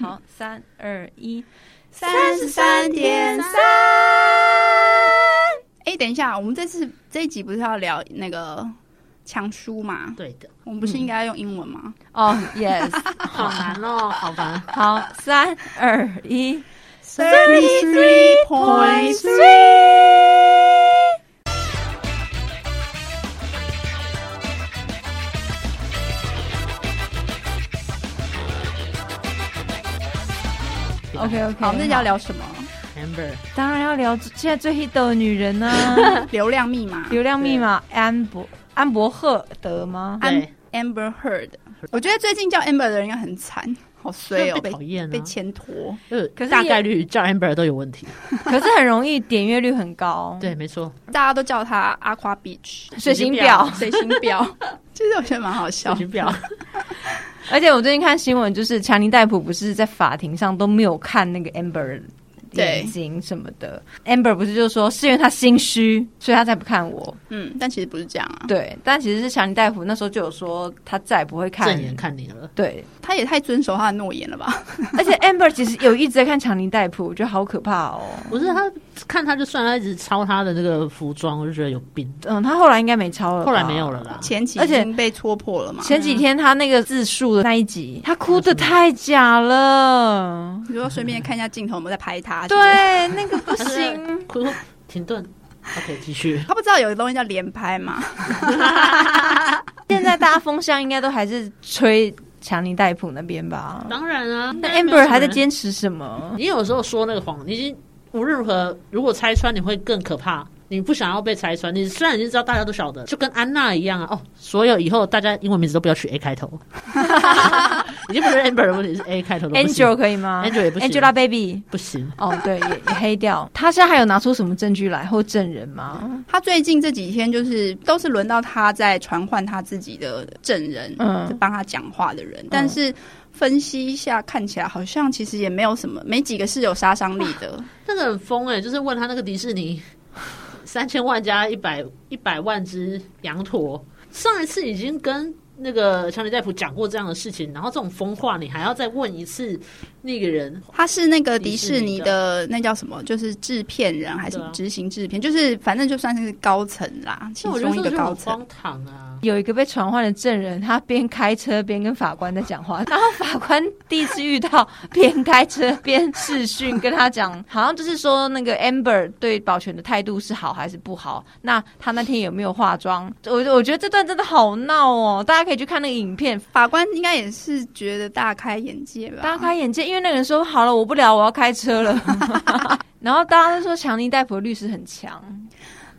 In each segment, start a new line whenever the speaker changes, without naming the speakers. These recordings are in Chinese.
好，三二一，
33.3。哎，等一下，我们这次这一集不是要聊那个强书嘛？
对的，
我们不是应该用英文吗？
哦，yes，
好难哦，好难。
好，三二一，
Thirty three point
three。OK OK，
好，我们这集要聊什么？
Amber，
当然要聊现在最 hit 的女人呢、 啊，
流量密码。
流量密码安博安博赫德吗？
安
对
Amber Heard，我觉得最近叫 Amber 的人应该很惨，好衰哦，
被讨厌啊
被牵拖。
就是
可是
呃大
也
概率叫 Amber 都有问题。
可是很容易点阅率很高。
对，没错，
大家都叫他阿夸 Beach
水星表，
水星表，其实我觉得蛮好
小
笑。
心表。
而且我最近看新闻，就是强尼戴普不是在法庭上都没有看那个 Amber
对
眼睛什么的，Amber 不是就说是因为他心虚，所以他才不看我。
嗯，但其实不是这样啊，
对，但其实是强尼戴普那时候就有说他再也不会看
正眼。看你了，
对，
他也太遵守他的诺言了吧？
而且 Amber 其实有一直在看强尼戴普，我觉得好可怕哦。
不是他看他就算了，他一直抄他的那个服装，我就觉得有病。
嗯，他后来应该没抄了吧，
后来没有了啦，
前期
而
已
且
经被戳破了嘛？
前几天他那个自述的那一集，他哭的太假 了，
你说顺便看一下镜头有没有在拍他？
对
是不是，
那个不行。啊
哭停顿。OK，继续。
他不知道有个东西叫连拍 嘛？
现在大家风向应该都还是吹强尼戴普那边吧？
当然啊，
那
当然没有
Amber 还在
什么人
坚持什么？
你有时候说那个谎，你已经无论如何，如果拆穿你会更可怕。你不想要被拆穿，你虽然已经知道大家都晓得，就跟安娜一样啊。哦，所有以后大家英文名字都不要取 A 开 头，已经不是 Amber 的问题，是 A 开头的
Angel 可以吗
Angel 也不行
Angelababy。
不行。
哦，对，也也黑掉。他现在还有拿出什么证据来或证人吗？
他最近这几天就是都是轮到他在传唤他自己的证人，
嗯
就帮他讲话的
嗯
人，但是。分析一下，看起来好像其实也没有什么，没几个是有杀伤力的。
那个很疯哎、就是问他那个迪士尼三千万加一百一百万只羊驼，上一次已经跟那个强尼戴普讲过这样的事情，然后这种疯话你还要再问一次那个人，
他是那个
迪
迪
士
士
尼
尼的那叫什么？就是制片人还是
对啊
执行制片？就是反正就算是高层啦，其
那我觉得
中一
这
个
就
高
很
层
荒。唐啊。
有一个被传唤的证人，他边开车边跟法官在讲话， 然后法官第一次遇到边开车边视讯跟他讲，好像就是说那个 Amber 对保全的态度是好还是不好？那他那天有没有化妆？我我觉得这段真的好闹哦，大家可以去看那个影片，
法官应该也是觉得大开眼界吧？
大开眼界，因为那个人说好了，我不聊，我要开车了。 然后大家都说强尼戴普的律师很强，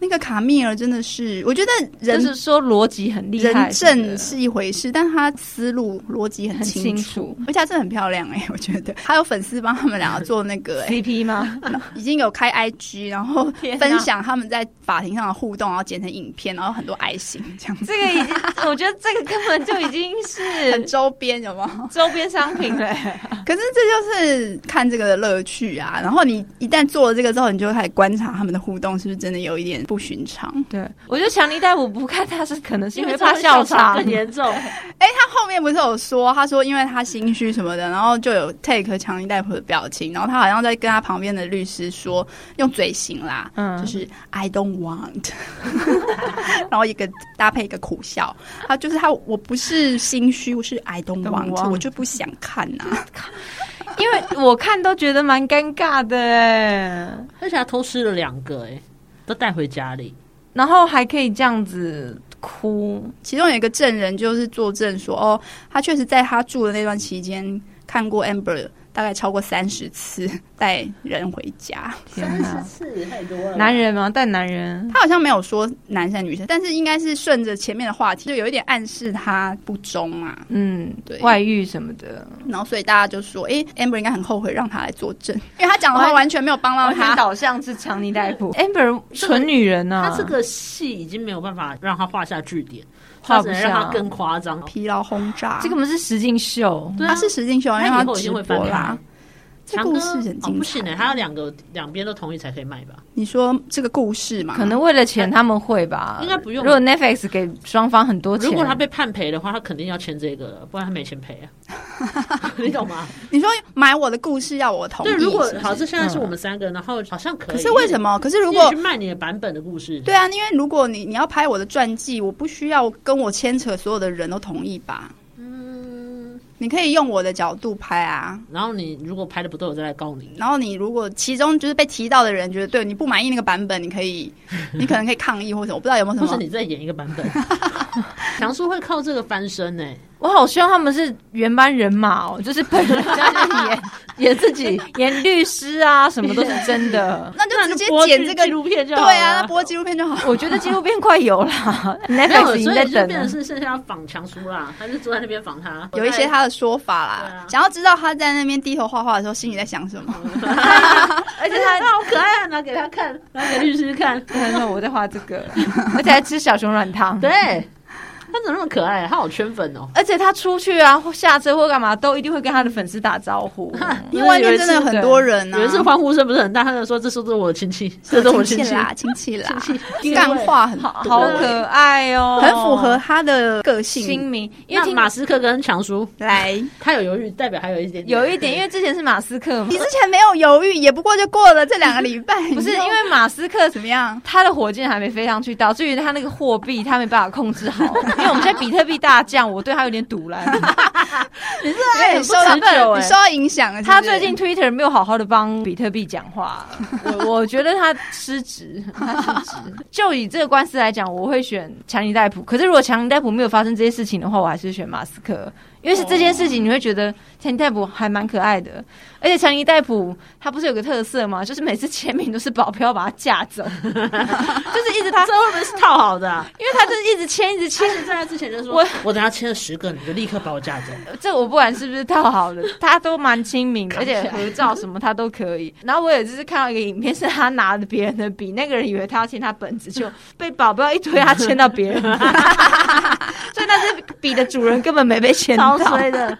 那个卡米尔真的是，我觉得
就
人
是说逻辑很厉害
人
什么的，
证是一回事，但他思路逻辑很
很清
清
楚
而且他真的很漂亮哎、 我觉得还有粉丝帮他们两个做那个、哎
CP 吗？
已经有开 IG，然后
天哪
分享他们在法庭上的互动，然后剪成影片，然后很多爱心这样子，
这个已经， 我觉得这个根本就已经
很
是
周边有没有？
周边商品 了。
可是这就是看这个的乐趣啊！然后你一旦做了这个之后，你就会开始观察他们的互动是不是真的有一点不寻常。
对，我觉得强尼戴普不看他是可能是因为怕
这样
笑
会场
场，
更严重。
他后面不是有说，他说因为他心虚什么的，然后就有 take 强尼戴普的表情，然后他好像在跟他旁边的律师说，用嘴型啦，
嗯
就是 I don't want，然后一个搭配一个苦笑，他就是他我不是心虚，我是 I don't
Don't
want，,
want
我就不想看啊呐、
因为我看都觉得蛮尴尬的哎，
而且他偷吃了两个、哎，都带回家里。
然后还可以这样子哭，
其中有一个证人就是作证说，哦，他确实在他住的那段期间看过 Amber 大概超过三十次带人回家。
天哪！
次太多了
男人吗？带男人，
他好像没有说男生女生，但是应该是顺着前面的话题，就有一点暗示他不忠啊。
嗯，
对
外遇什么的，
然后所以大家就说，诶 a m b e r 应该很后悔让他来作证，因为他讲的话
完
完全没有帮到
完全
他。
导向是强尼戴普，Amber 纯女人呐、啊，
他这个戏已经没有办法让他画下句点，
画
他
不
只
下
能让他更夸张。
疲劳轰炸，
这个我们是实境秀，
对啊
他是石进秀，因为
他以后一
直
定会
播
翻
啦
牌。
这
强
故
哥
事很
哦
精
不
彩
行呢，还要两个两边都同意才可以卖吧？
你说这个故事嘛，
可能为了钱他们会吧，
应该不用
如果 Netflix 给双方很多钱，
如果他被判赔的话，他肯定要签这个了，不然他没钱赔啊， 你懂吗？
你说买我的故事要我同意，
对，如果
是不是
好，这现在是我嗯们三个，然后好像可以。
可是为什么？可是如
因为？
果
你去卖你的版本的故事，
对啊，因为如果你你要拍我的传记，我不需要跟我牵扯所有的人都同意吧？嗯，你可以用我的角度拍啊。
然后你如果拍的不对，我再来告你。
然后你如果其中就是被提到的人觉得对你不满意那个版本，你可 以，你可能可以抗议或者我不知道有没有什
或是
么。
你再演一个 版本，强叔会靠这个翻身欸呢、
我好希望他们是原班人马哦， 就是本人在那里演 演自己，演律师啊，什么都是真的。
那就直接
播
剪这个
纪录片就
对
好
啊，那
了
播纪录片就 好。
我觉得纪录片快有啦
没有，
，Netflix
所
已
以
经
就
在
变
等啊了
成。是剩下仿强叔啦，还是坐在那边仿他？
有一些他的说法
对
啦
啊，嗯
想要知道他在那边低头画画的时候心里在想什么。
而且他哎好可爱啊，拿给他看，拿给律师看。
哎
他说我在画这个，而且还吃小熊软糖。
对，他怎么那么可爱、他好圈粉哦。
而且他出去啊，或下车或干嘛，都一定会跟他的粉丝打招 呼。
因为外面真的有很多人啊，
有一次欢呼声不是很大，他就说：“这是不是我的亲戚？ 这是我亲
亲戚
戚。
啦，亲戚啦，
戚
干话很
好
多
好可爱哦，
很符合他的个
新
性。
名”，因为
那
听
马斯克跟强叔，
来，
他有犹豫，代表还有一点点
有一点，因为之前是马斯克嘛
你，之前没有犹豫，也不过就过了这两个 礼拜，
不是
你就
因为马斯克
怎么样？
他的火箭还没飞上去，导致于他那个货币他没办法控制好。因为我们现在比特币大降， 我对他有点堵了。
啊
因为你受到
很不持久欸
你受到影响了是不是
他最近 Twitter 没有好好的帮比特币讲话，我 我觉得他失职，他失职。就以这个官司来讲，我会选强尼戴普。可是如果强尼戴普没有发生这些事情的话，我还是选马斯克，因为是这件事情，你会觉得强尼戴普还蛮可爱的。而且强尼戴普他不是有个特色吗？就是每次签名都是保镖把他架走，就是一直他，
这会不会是套好的、啊？
因为他 就是一直签，一直签
而。且在他之前就说：“
我
我等下签了十个，你就立刻把我架走。
这我不管是不是套好 的，他都蛮亲民的，而
扛起来
且合照什么他都可以。然后我也就是看到一个影片，是他拿着别人的笔，那个人以为他要签他本子，就被保镖一推，他签到别 人的笔，所以那支笔的主人根本没被”签到
超，衰的，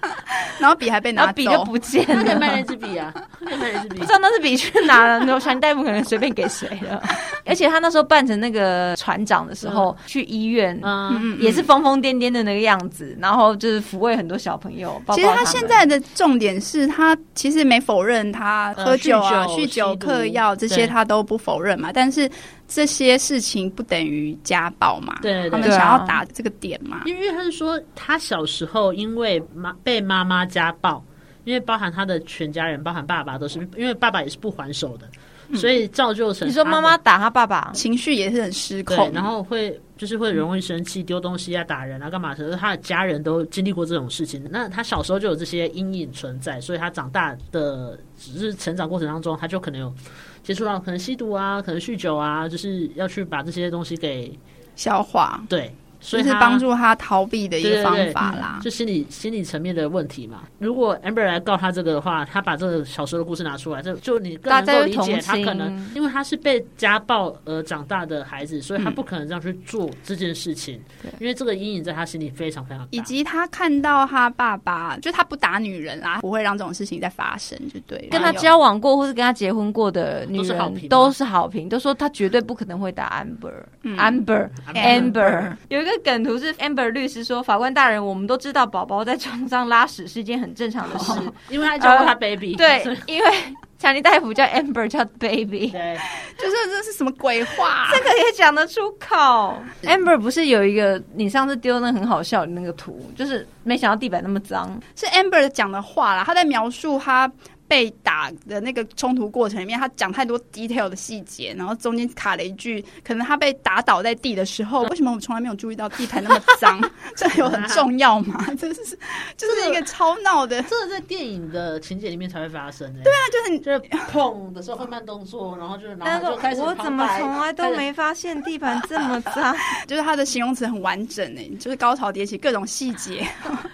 然后笔还被
然
拿
后笔就
走，
不见
他可以卖
了
那。支笔啊，他可以卖那支笔
不知。道那支笔去哪了，那我想大夫可能随便给谁了。 而且他那时候扮成那个船长的时候，去医院、
嗯，
嗯
也是。疯疯癫癫的那个样子，然后就是抚慰很多小朋友。抱抱
其实
他
他
们
现在的重点是他其实没否认他
呃
喝酒啊、酗
酗酒
酒、
吸毒
嗑药这些
对
他都不否认嘛，但是这些事情不等于家暴嘛，
对啊对
他们
对
想
啊
要打这个点嘛，
因为他是说他小时候因为妈被妈妈家暴，因为包含他的全家人，包含爸爸都是，因为爸爸也是不还手的，所以造就成
你说
他
妈
们
妈打他爸爸，
情绪也是很失
对
控，，
然后会就是会容易生气、丢东西啊、打人啊、干嘛的。可是他的家人都经历过这种事情，那他小时候就有这些阴影存在，所以他长大的只是成长过程当中，他就可能有接触到可能吸毒啊、可能酗酒啊，就是要去把这些东西给
消化，
对，所
就
以
是
他
帮助他逃避的一
对
个
对
方
对嗯
法
啊
啦。
就心理心理层面的问题嘛。如果 Amber 来告他这个的话，他把这个小时候的故事拿出来，这就你更
大
能
家
够
会
理解他
同情
可能，因为他是被家暴而长大的孩子，所以他
嗯
不可能这样去做这件事情，因为这个阴影在他心里非常非常大。
以及他看到他爸爸，就他不打女人啦，不会让这种事情再发生，就对了。
跟他
有
交往过或是跟他结婚过的女
啊都是好评
人
吗
都是好评，都说他绝对不可能会打 Amber、
嗯
Amber
Amber
Amber。有一个梗图是 Amber 律师说，法官大人，我们都知道宝宝在床上拉屎是一件很正常的事，
因为他教过他 baby，、
哦呃对，因为强尼大夫叫 Amber 叫 Baby。
对，
就是这是什么鬼话？啊
这个也讲得出口。Amber 不是有一个你上次丢那个很好笑的那个图，就是没想到地板那么脏，
是 Amber 讲的话啦，他在描述他被打的那个冲突过程里面，他讲太多 detail 的细节，然后中间卡了一句，可能他被打倒在地的时候，为什么我们从来没有注意到地毯那么 脏？这有很重要吗？ 这是就是一个超闹的，
这个在电影的情节里面才会发生、欸。对啊，
就是
就是砰的时候会慢动作，然后就是脑海
但是
就开始
我怎么
旁白
从来都
开始
没发现地板这么 脏。
就是他的形容词很完整诶、就是高潮迭起各种细节。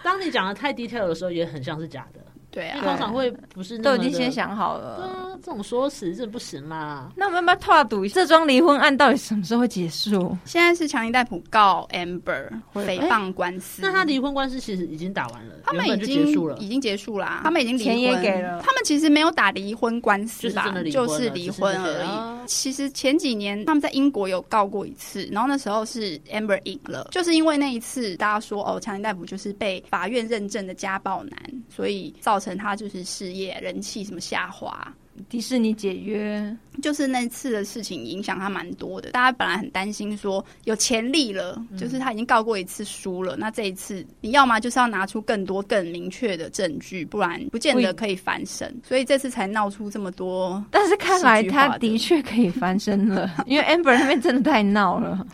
当你讲的太 detail 的时候，也很像是假的，
对
因为
啊，
通常会不是那
都
么
已经
嗯
的
先想好了，
啊这种说辞这不行啦。
那我们要不要拓赌这桩离婚案到底什么时候会结束？
现在是强尼戴普告 Amber 诽谤官司，
那他离婚官司其实已经打完了，
他们
原
已
本就
经
结束了
已。经结束啦，他们已经离
钱也
婚
给了
他们其实没有打离婚官
就
司
是
啦
真的，离婚
就
了
是离婚
只是
而
那个
已。
啊
其实前几年他们在英国有告过一次，然后那时候是 Amber 赢了，就是因为那一次大家说哦，强尼戴普就是被法院认证的家暴男，所以造成他就是事业人气什么下滑。
迪士尼解约，
就是那次的事情影响他蛮多的，大家本来很担心说有潜力了，就是他已经告过一次输了，那这一次你要么就是要拿出更多更明确的证据，不然不见
不一
得可以翻身，所以这次才闹出这么多。
但是看来
戏剧化的
他的确可以翻身 了，因为 Amber 那边真的太闹了。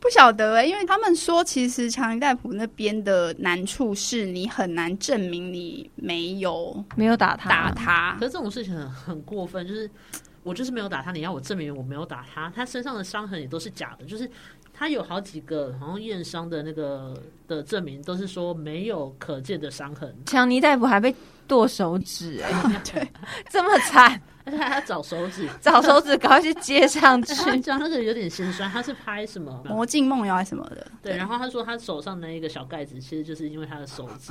不晓得、欸，因为他们说其实强尼戴普那边的难处是你很难证明你没有
没有打他，
打他
可，是这种事情很很过分，就是我就是没有打他，你要我证明我没有打他，他身上的伤痕也都是假的，就是他有好几个好像验伤的那个的证明都是说没有可见的伤痕，
强尼戴普还被剁手指、哎， 对，这么惨，
而且还要找手 指。
找手指赶快去接上 去。
他讲那个有点心酸，他是拍什么？
魔镜梦游还是什么的，
对，然后他说他手上那一个小盖子，其实就是因为他的手 指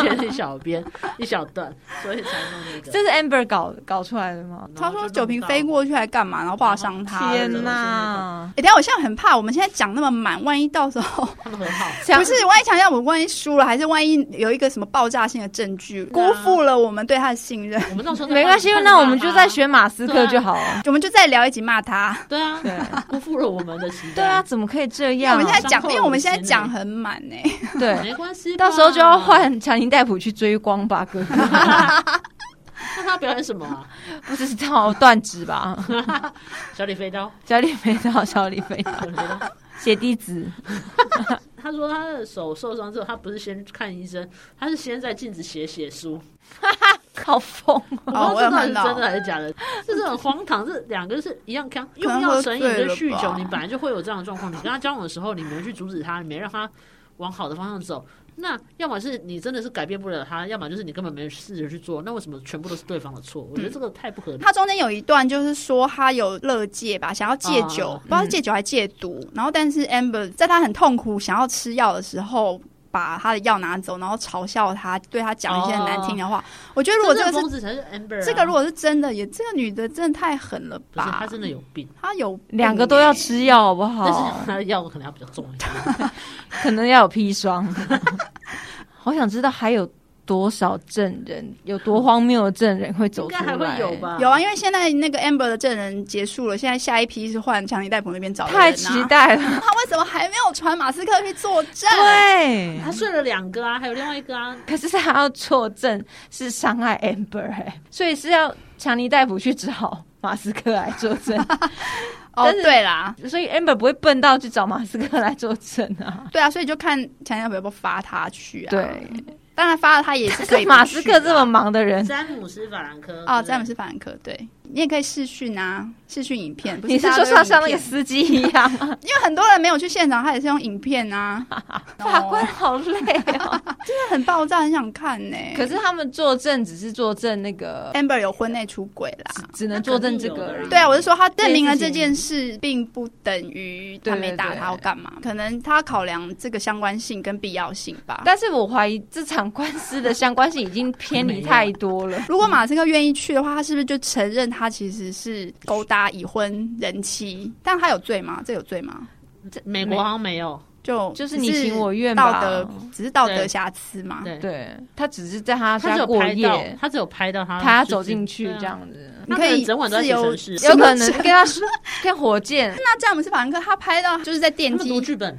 切一小边一小段，所以才弄那个。
这是 Amber 搞搞出来的吗？
他说酒瓶飞过去还干嘛，然后划伤他了。
天
哎、
哪！
等一下我现在很怕，我们现在讲那么满，万一到时候
他们很 好，
强
不是，万一强调我万一输了，还是万一有一个什么爆炸性的证据，
对啊
辜负了我们对他的信任，
我们到时候再
没关系
换，
那我们就再。选马斯克就好了。
我们就再聊一集骂他。
对啊，
对
辜负了我们的期待。
对啊，，怎么可以这
因为我
样
们？现在
伤
讲，
透
因
了
为我们现在
我的心
讲
欸
很满 呢、
对，
没关系，
到时候就要。换强尼戴普去追光吧，哥 哥。
那他表演什么啊？
不知道断指 吧？
小李飞刀，
小李飞刀，小李飞刀，
小李飞刀。
血滴子。
他说他的手受伤之后，他不是先看医生，他是先在镜子写写书。
好疯哦！
哦
我不知道
我有
这
看到
到底是真的还是假的，这是很荒唐。这两个是一样看，用
能
药
喝
成瘾
醉
跟
了
酗酒，
吧
你本来就会有这样的状况。你跟他交往的时候，你没去阻止他，你没让他往好的方向走，那要么是你真的是改变不了他，要么就是你根本没试着去做。那为什么全部都是对方的错？我
嗯
觉得这个太不合理。
他中间有一段就是说他有乐戒吧，想要戒酒，
哦
不知道是戒酒还戒毒。然后，但是 Amber 在他很痛苦想要吃药的时候。把他的药拿走，然后嘲笑他，对他讲一些很难听的话。我觉得如果这
哦
个
真正
是
疯子才是 Amber，、啊、
这个，如果是真的，也这个女的真的太狠了
不是
吧？
他真的有病，
她有病
两个都要
欸
吃药，好不
但
好
是？他的药可能要比较重 一点。
可能要有砒 霜。好想知道还有多少证人，有多荒谬的证人会
应
走出
该
来？
还会有？吧？
有啊，因为现在那个 Amber 的证人结束了，现在下一批是换强尼戴普那边找的人、啊。
太期待了。
他为什么还没有传马斯克去作证？
对，
他睡了两个啊，还有另外一个啊，
可是他要作证是伤害 Amber，、欸、所以是要强尼戴普去找马斯克来作证，
哦，
但是
对啦，
所以 Amber 不会笨到去找马斯克来作证啊。
对啊，所以就看强尼戴普要不要发他去啊。
对，
当然发了他也 是可
所
以
以
不去啊。
马斯克这么忙的人，
詹姆斯法兰科
哦，
对不对
詹姆斯法兰克，对你也可以视讯啊，视讯影片。不
你是
大家
说
都有
像像那
影
个
片
司机一样 吗？
因为很多人没有去现场，他也是用影片啊。
法官好累哦。
真的很爆炸，很想看呢、
可是他们作证只是作证那 个，
Amber 有婚内出轨啦。
只能作证这个而已。
对啊，我是说他证明了
这
这
件
件事，并不等于他没打
对对对
他要干嘛，可能他考量这个相关性跟必要性吧。
啊但是我怀疑这场官司的相关性已经偏离太多了。
如果马斯克愿意去的话，他是不是就承认他其实是勾搭已婚人妻？但他有罪吗？这有罪吗？
美国好像没有，
就
就是你情我愿
道
吧
德只是道德
对
瑕疵嘛？
对，
对他只是在他
他只
家
有
过
拍到
夜，，
他只有拍到他，
他走进去
对啊
这。样子，
你
他
可
可
以
能整晚都在
自由
写程式
有可能
什么
跟他说跟火箭
那詹姆斯·法兰克他拍到就是在
他
电
们读
梯。
剧本，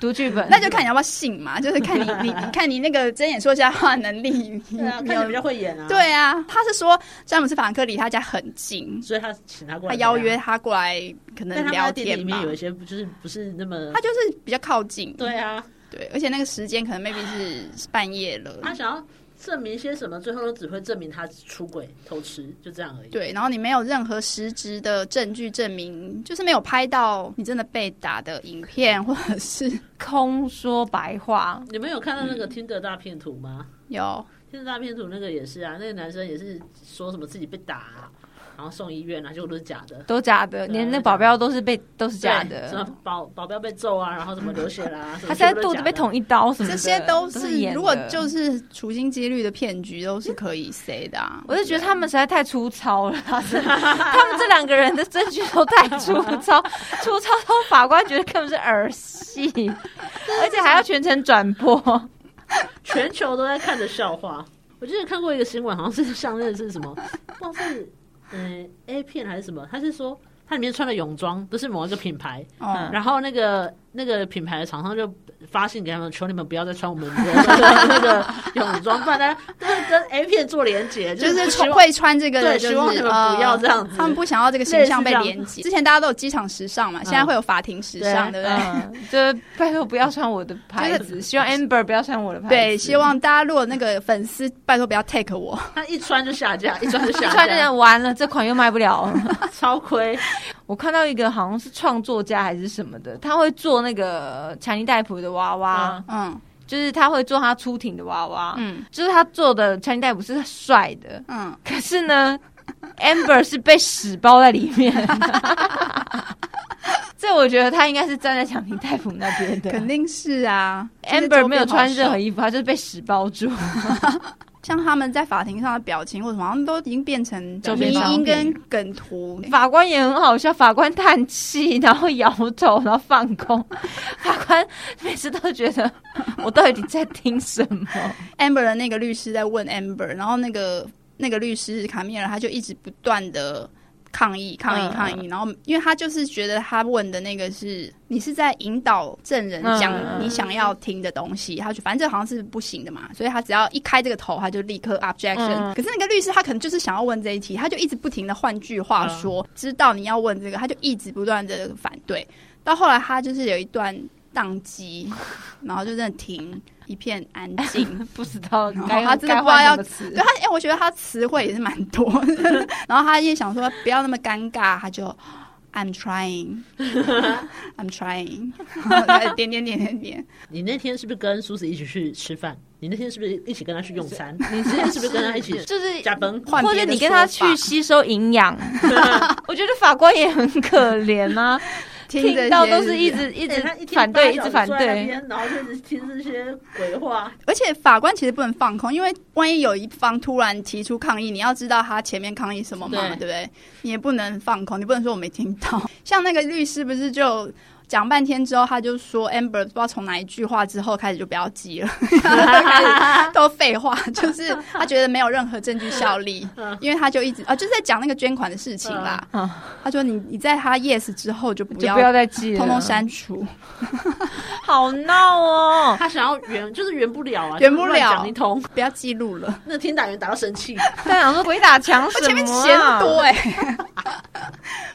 读剧 本，
那就看你要不要信嘛，就是看你你你看你那个睁眼说瞎话能力，你
对啊，
嗯
你
看起来比
有
较会演啊。，
对啊，他是说詹姆斯·法兰克离他家很近，
所以他请他过
他
来
邀约
怎么样，
他过来可
但
能
他们
聊
在电梯里
天吧
面有。一些不就是不是那么
他，就是比较靠近，
对啊，
对，而且那个时间可能 maybe 是半夜了，
他想要证明些什么，最后都只会证明他出轨、偷吃，就这样而已。
对，然后你没有任何实质的证据证明，就是没有拍到你真的被打的影片，或者是
空说白话，
嗯你们有看到那个听的大片图吗？
有
听天大片图那个也是啊，那个男生也是说什么自己被打、啊，然后送医院啊，结果都是假的。
都假的，
对
连那保镖都是被都是
对
假
什么
的，
保保镖被揍啊，然后什么流血啦、什
他
么
在
全部都
肚子
假的啊
被捅一刀什么
这
的，
些都
是
是
演的
如果就是处心积虑的骗局，都是可以 say 的啊。
我就觉得他们实在太粗糙 了，他们这两个人的证据都太粗 糙，粗糙到法官觉得根本是儿戏，而且还要全程转播。
全球都在看着笑话。我之前看过一个新闻，好像是像那个是什么，不知道是嗯、A 片还是什么，他是说它里面穿的泳装都是某一个品牌，
哦，
然后那个那个品牌的厂商就发信给他们，求你们不要再穿我们的那个泳装，不然大家都会跟 A 片做连结，
就是是
希
从
望
会穿这个的，
对
就是
希望你们不要这样子
呃他们不想要这个形象被连接。之前大家都有机场时尚嘛，
嗯
现在会有法庭时尚，对不对？
嗯，就是拜托不要穿我的牌
就
子，希望 Amber 不要穿我的牌子。
对，希望大家如果那个粉丝，拜托不要 take 我。
他一穿就下架，一穿就
一
下
穿的
架，
人完了，这款又卖不了 了。
超亏。
我看到一个好像是创作家还是什么的，他会做那个强尼戴普的娃娃，
嗯
就是他会做他出庭的娃娃，
嗯
就是他做的强尼戴普是帅的，
嗯，
可是呢，Amber 是被屎包在里面。 这我觉得他应该是站在强尼戴普那边的。
肯定是啊。就是
Amber
周边
没有穿
好
任何
少，
衣服，他就是被屎包住。
像他们在法庭上的表情或什么，好像都已经变成
周边
迷
商
因
品
跟梗图。
法官也很好笑，法官叹气，然后摇头，然后放空。法官每次都觉得我到底在听什 么？
Amber 的那个律师在问 Amber，然后那个那个律师卡米尔他就一直不断的抗议、抗
嗯
议、抗议，然后因为他就是觉得他问的那个是你是在引导证人
嗯
讲
嗯
你想要听的东西，他就反正这好像是不行的嘛，所以他只要一开这个头，他就立刻 objection、
嗯
可是那个律师他可能就是想要问这一题，他就一直不停的换句话说，
嗯
知道你要问这个，他就一直不断的反对，到后来他就是有一段宕 机，然后就真的停。一片安静，
不知道
然后
哦该
他真的
该
不知道
换
要
什么词
对。他，哎、我觉得他词汇也是蛮多的。 然后他也想说不要那么尴尬，他就 I'm trying, I'm trying，然 后他就点点点点点。
你那天是不是跟苏子一起去吃饭？你那天是不是一起跟他去用餐？你之前是不是跟他 一起
就是
加班？
换
或
别
者
的
你跟他
说法
去吸收营养。我觉得法官也很可怜啊，
听着
听到
也
都是一直一直
对他一天
反
八
对，一
小
直
时
反
坐在那
对。
边，然后就一直听这些鬼 话。
而且法官其实不能放空，因为万一有一方突然提出抗议，你要知道他前面抗议什么嘛，
对
对不对？你也不能放空，你不能说我没听到。像那个律师不是就讲半天之后，他就说 Amber 不知道从哪一句话之后开始就不要急 了，开始都废话，就是他觉得没有任何证据效力， 因为他就一直啊，就是在讲那个捐款的事情啦。
嗯
他说你你在他 yes 之后就不
就
要
不要再记了，
通通删除，
好闹哦！
他想要圆，就是圆不了啊，
圆不了
就是乱讲一通。
不要记录了，
那听打员打到生气，
他想说鬼打墙什
前面
么
嫌多
啊？
哎、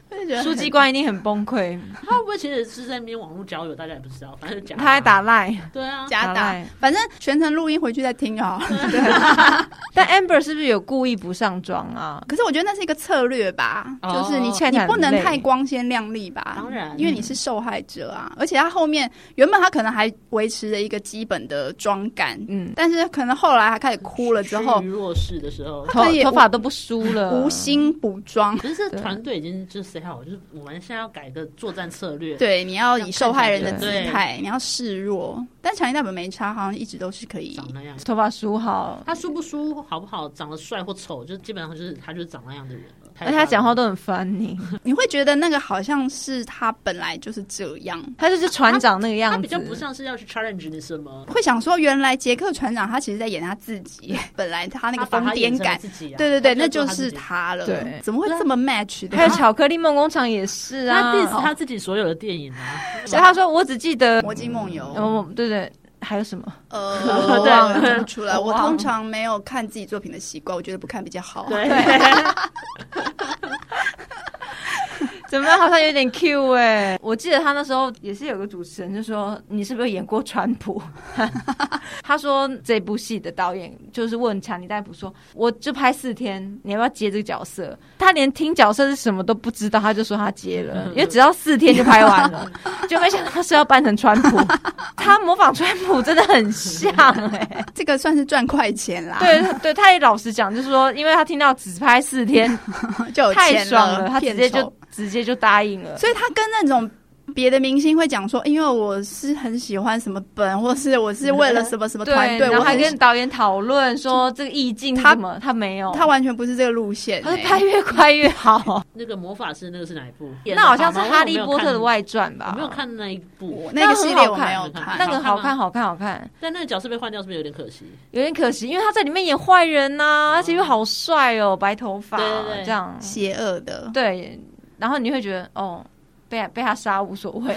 我就觉得
书
很
记官一定很崩溃，
他会不会其实是在那边网络交友？大家也不知道，反正就讲啊
他还打赖。
对啊，
假
打
打
赖，
反正全程录音回去再听就哦好了。
但 Amber 是不是有故意不上妆啊？
可是我觉得那是一个策略吧，
哦
就是你
看起
你
来
不能
很累
太光鲜亮丽吧，
当然
因为你是受害者啊。而且他后面原本他可能还维持着一个基本的妆感，
嗯，
但是可能后来他开始哭了之后
趋于，弱势的时候。
头
可以
头发都不梳了，
无心补妆。
可是这团队已经就是 say 好，就是我们现在要改一个作战策略。
对，你要以受害人的姿
对
态，你要示弱。但强尼戴普没差，好像一直都是可以。
长那样。
头发梳好，
他梳不梳好不好，长得帅或丑，就基本上就是他就是长那样的人了。
而且他讲话
都
都很烦你，
你会觉得那个好像是他本来就是这样，
他就是船长那个样
他
子，
比较不像是要去 challenge 你什么，
会想说，原来杰克船长他其实在演他自己，本来他那个
他把
疯
他演
癫
成了
感，
自己啊，
对对对，
他
那
做
就
他自
是
己。
他了。
对
怎么会这么 match 的？
还有巧克力梦工厂也是
他
啊，
diss 他自己所有的电影 啊，
所以他说我只记得，
魔镜梦游，
嗯，我对对，还有什么？
呃，
我忘了
我看不出来。
我
我
忘了
通常没有看自己作品的习惯，我觉得不看比较好。
对，
怎么办？好像有点 Q 哎、我记得他那时候也是有个主持人就说：“你是不是演过川普？” 他说这部戏的导演就是问强尼戴普说：“我就拍四天，你要不要接这个角色？”他连听角色是什么都不知道，他就说他接了，因为只要四天就拍完了， 就没想到他是要扮成川 普。他模仿川普真的很像哎、
这个算是赚快钱啦，
对对，他也老实讲，就是说，因为他听到只拍四天，
就有
太
钱
爽了，他直
片
接
酬
就直接就答应了。
所以他跟那种别的明星会讲说，哎因为我是很喜欢什么本，或是我是为了什么什么团队，
嗯然
我
后还
很喜
跟导演讨论说这个意境是
他
什么，他没有，
他完全不是这个路线、
他是
欸
拍越快越好。
那个魔法师那个是哪一部？
那好像是《哈利波特》的
外，
外传吧？
我没有，看那一部，
那个系列我没有
那很好看
那个好
好看
看，好看，好看，
但那个角色被换掉是不是有点可惜？
有点可惜，因为他在里面演坏人呐，而且又好帅哦，白头发，
对对对
这样
邪恶的。
对，然后你会觉得哦。被被他杀无所 谓，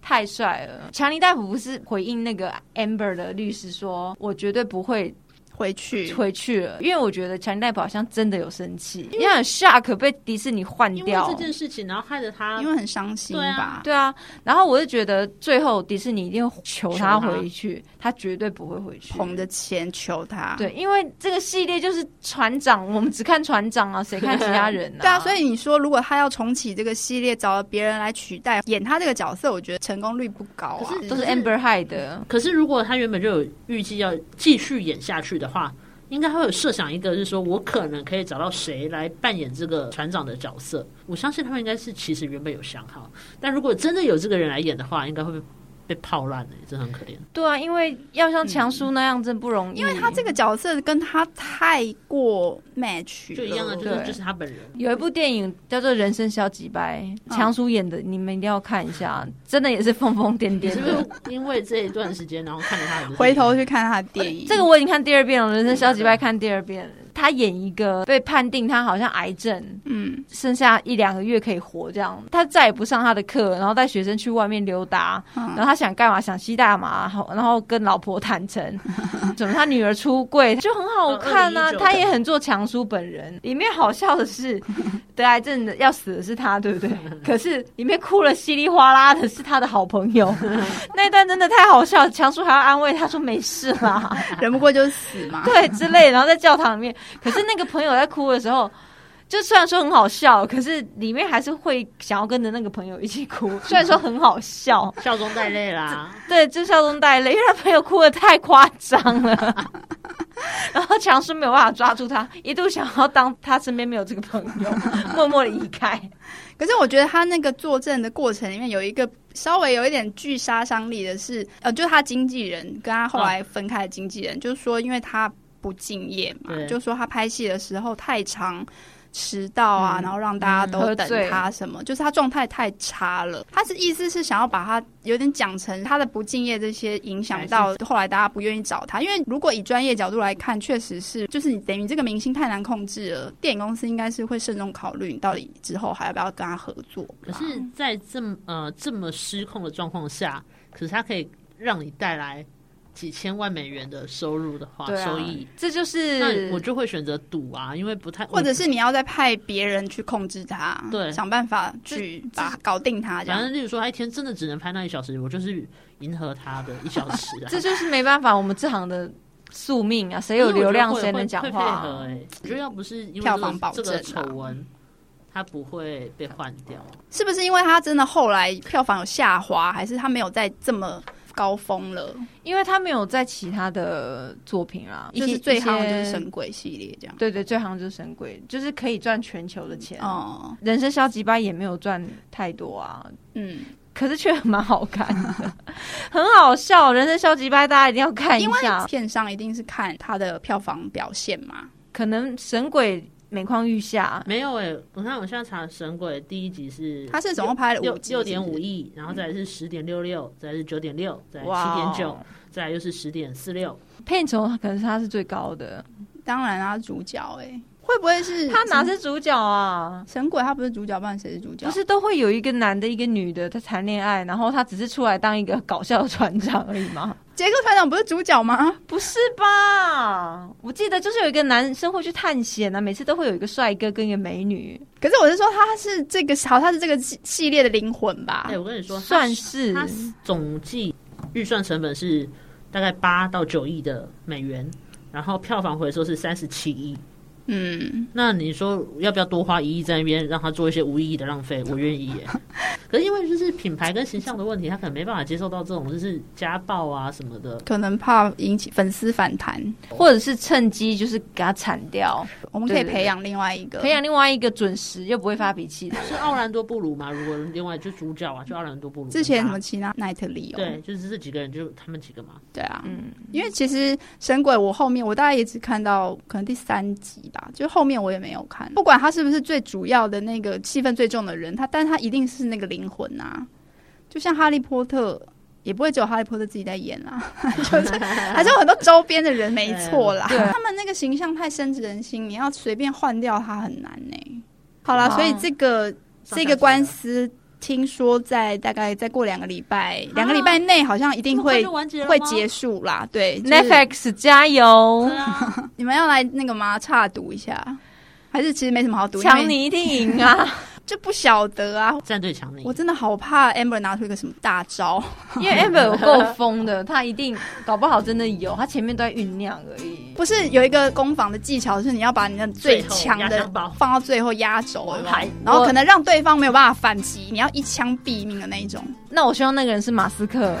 太帅了。强尼大夫不是回应那个 Amber 的律师说：“我绝对不会
回去，
回去了，因为我觉得强尼戴普好像真的有生气，因为很 shock 被迪士尼换
因为
掉
这。件事情，然后害得他
因为很伤心
对啊
吧？
对啊，然后我就觉得最后迪士尼一定会求他
求他
回去，他绝对不会回去。
捧着钱求他，
对，因为这个系列就是船长，我们只看船长啊，谁看其他 人啊？
对啊，所以你说如果他要重启这个系列，找了别人来取代演他这个角色，我觉得成功率不高啊。
可是
都是
可是
Amber High 的。
可是如果他原本就有预计要继续演下去的话，应该会有设想一个，是说我可能可以找到谁来扮演这个船长的角色。我相信他们应该是其实原本有想好，但如果真的有这个人来演的话，应该会被被泡烂的、真的很可怜。
对啊，因为要像强叔那样真不容易，
嗯
因为他
个。
这个角色跟他太过 match，
就一样的，啊
了
就是
对
就是他本人。
有一部电影叫做《人生小几白》，
嗯
强叔演的，你们一定要看一下，真的也是疯疯癫
你
癫
是不
的。
是因为这一段时间，然后看了他的
回头去看他的电影，
这个我已经看第二遍了，《人生小几拜》看第二遍了。他演一个被判定他好像癌症，
嗯，
剩下一两个月可以活这样，他再也不上他的课，然后带学生去外面溜达，然后他想干嘛想吸大麻，好然后跟老婆坦诚，怎么他女儿出柜就很好看啊
嗯2019，
他也很做强叔本人。里面好笑的是，得癌症的要死的是他，对不对？可是里面哭了稀里哗啦的是他的好朋友，那一段真的太好笑，强叔还要安慰他说没事啦。
嗯人不过就是死 嘛。
对之类，然后在教堂里面，可是那个朋友在哭的时候，就虽然说很好笑，可是里面还是会想要跟着那个朋友一起 哭，虽然说很好笑，
笑中带 泪啦。
对，就笑中带泪，因为他朋友哭的太夸张了。 然后强叔没有办法抓住他，一度想要当他身边没有这个朋友， 默默离开。
可是我觉得他那个作证的过程里面有一个稍微有一点具杀伤力的是，呃，就是他经纪人跟他后来分开的经纪人，就是说因为他不敬业嘛
对，
就说他拍戏的时候太长。迟到啊，
嗯
然后让大家
嗯
都
喝
等
醉
他什么，就是他状态太差了。他是意思是想要把他有点讲成他的不敬业这些影响到后来大家不愿意找他，因为如果以专业角度来看，确实是就是你等于这个明星太难控制了，电影公司应该是会慎重考虑你到底之后还要不要跟他合作吧。
可是，
嗯
在这么呃这么失控的状况下，可是他可以让你带来几千万美元的收入的话，
对啊
收益，，
这就是
那我就会选择赌啊，因为不太
或者是你要再派别人去控制他，
对
想办法去把搞定他这
反
样。
正，例如说，他一天真的只能拍那一小时，我就是迎合他的一小 时啊。
这就是没办法，我们这行的宿命啊，谁有流量谁能讲
因为
话
我觉得
啊、
会会会配合欸我觉得要不是因为
票房保
这
证啊
个这个丑闻，他不会被换掉。
是不是因为他真的后来票房有下滑，还是他没有再这么高峰了？
因为他没有在其他的作品啊，
就是最夯的
一
就
些
是神鬼系列这样。
对对，最夯就是神鬼，就是可以赚全球的钱。哦，
哦，
人生消极吧也没有赚太多啊，
嗯，
可是却蛮好看的，很好笑。人生消极吧大家一定要看一
因为
下，
片商一定是看他的票房表现嘛。
可能神鬼每况愈下。
没有哎、我看我现在查《神鬼》第一集是
他是总共拍了
六
五集
六点五
是不是
亿，然后再来是十点六六，再来是九点六，再来七
哇
点
哦
九，再来
啊
又是十点四六。
片酬可能是他是最高的，
当然啊，主角哎、会会不会是
他哪是主角啊？
神鬼？他不是主角，不然谁是主角？
不是都会有一个男的，一个女的，他谈恋爱，然后他只是出来当一个搞笑的船长而已吗？
杰克船长不是主角吗？
不是吧？我记得就是有一个男生会去探险啊，每次都会有一个帅哥跟一个美女，
可是我是说他是这个，好，他是这个系系列的灵魂吧
哎、？我跟你说，
算是
它总计预算成本是大概八到九亿的美元，然后票房回收是三十七亿。
嗯，
那你说要不要多花一亿在那边让他做一些无意义的浪费？我愿意 耶。可是因为就是品牌跟形象的问题，他可能没办法接受到这种就是家暴啊什么的。
可能怕引起粉丝反弹，
或者是趁机就是给他铲掉，
我们可以
对对对
培养另外一个
培养另外一个准时又不会发脾气的。
是奥兰多布鲁嘛？如果另外就主角啊，就奥兰多布鲁。
之前什么奇娜奈特利哦，
对，就是这几个人，就他们几个嘛。
对啊，
嗯，
因为其实《神鬼》我后面我大概也只看到可能第三集吧，就后面我也没有看。不管他是不是最主要的那个气氛最重的人，他但他一定是那个灵魂啊。就像《哈利波特》，也不会只有哈利波特自己在演啊， 就是还是有很多周边的人，没错
嗯
啦。
对
他们那个形象太深植人心，你要随便换掉他很难呢、好啦，
好
所以这个这
上哦下
个
集
官
了
司。听说在大概再过两个礼拜，两个礼拜内好像一定
这么快
会
就完结了
会
吗
结束啦，对、就是
Netflix 加油
对，啊，
你们要来那个吗？差赌一下，还是其实没什么好赌？因
强
为
你一定赢啊！
就不晓得啊！
战队强尼
我。真的好怕 Amber 拿出一个什么大招，
因为 Amber 有够疯的，他一定搞不好真的有，他前面都在酝酿而已。
不是有一个攻防的技巧，是你要把你的最
最后
强
压
的
箱宝
放到最后压轴，有没有
王牌
然后
我
可能让对方没有办法反击，你要一枪毙命的那一种。
那我希望那个人是马斯克，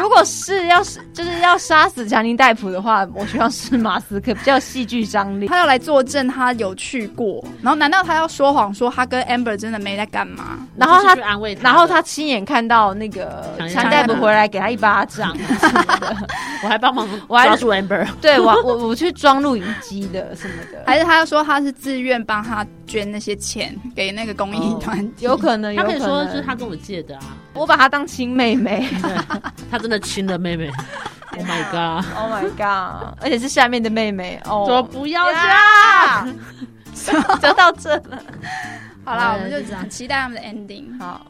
如果是要是就是要杀死强尼戴普的话，我希望是马斯克，比较有戏剧张力。
他要来作证他有去过，然后难道他要说谎说他跟 Amber 真的没在干嘛？
然后
我就是去
他，
安慰他的，
然后他亲眼看到那个
强尼
强尼
戴
戴
普
普回来给他一巴掌，
我还帮忙
我还
抓住 Amber。
对我我我去装录影机的什么的，
还是他要说他是自愿帮他捐那些钱给那个公益团体？
有可能，
他
有
可以说
能
就是他跟我借的啊，
我把她当亲妹妹
他真的亲了妹妹。Oh my god！
，Oh my god，而且是下面的妹妹哦，
说不要这样，
呀， 就到这了，
好啦，我
嗯
们就
就这样
期待他们的 ending。
好。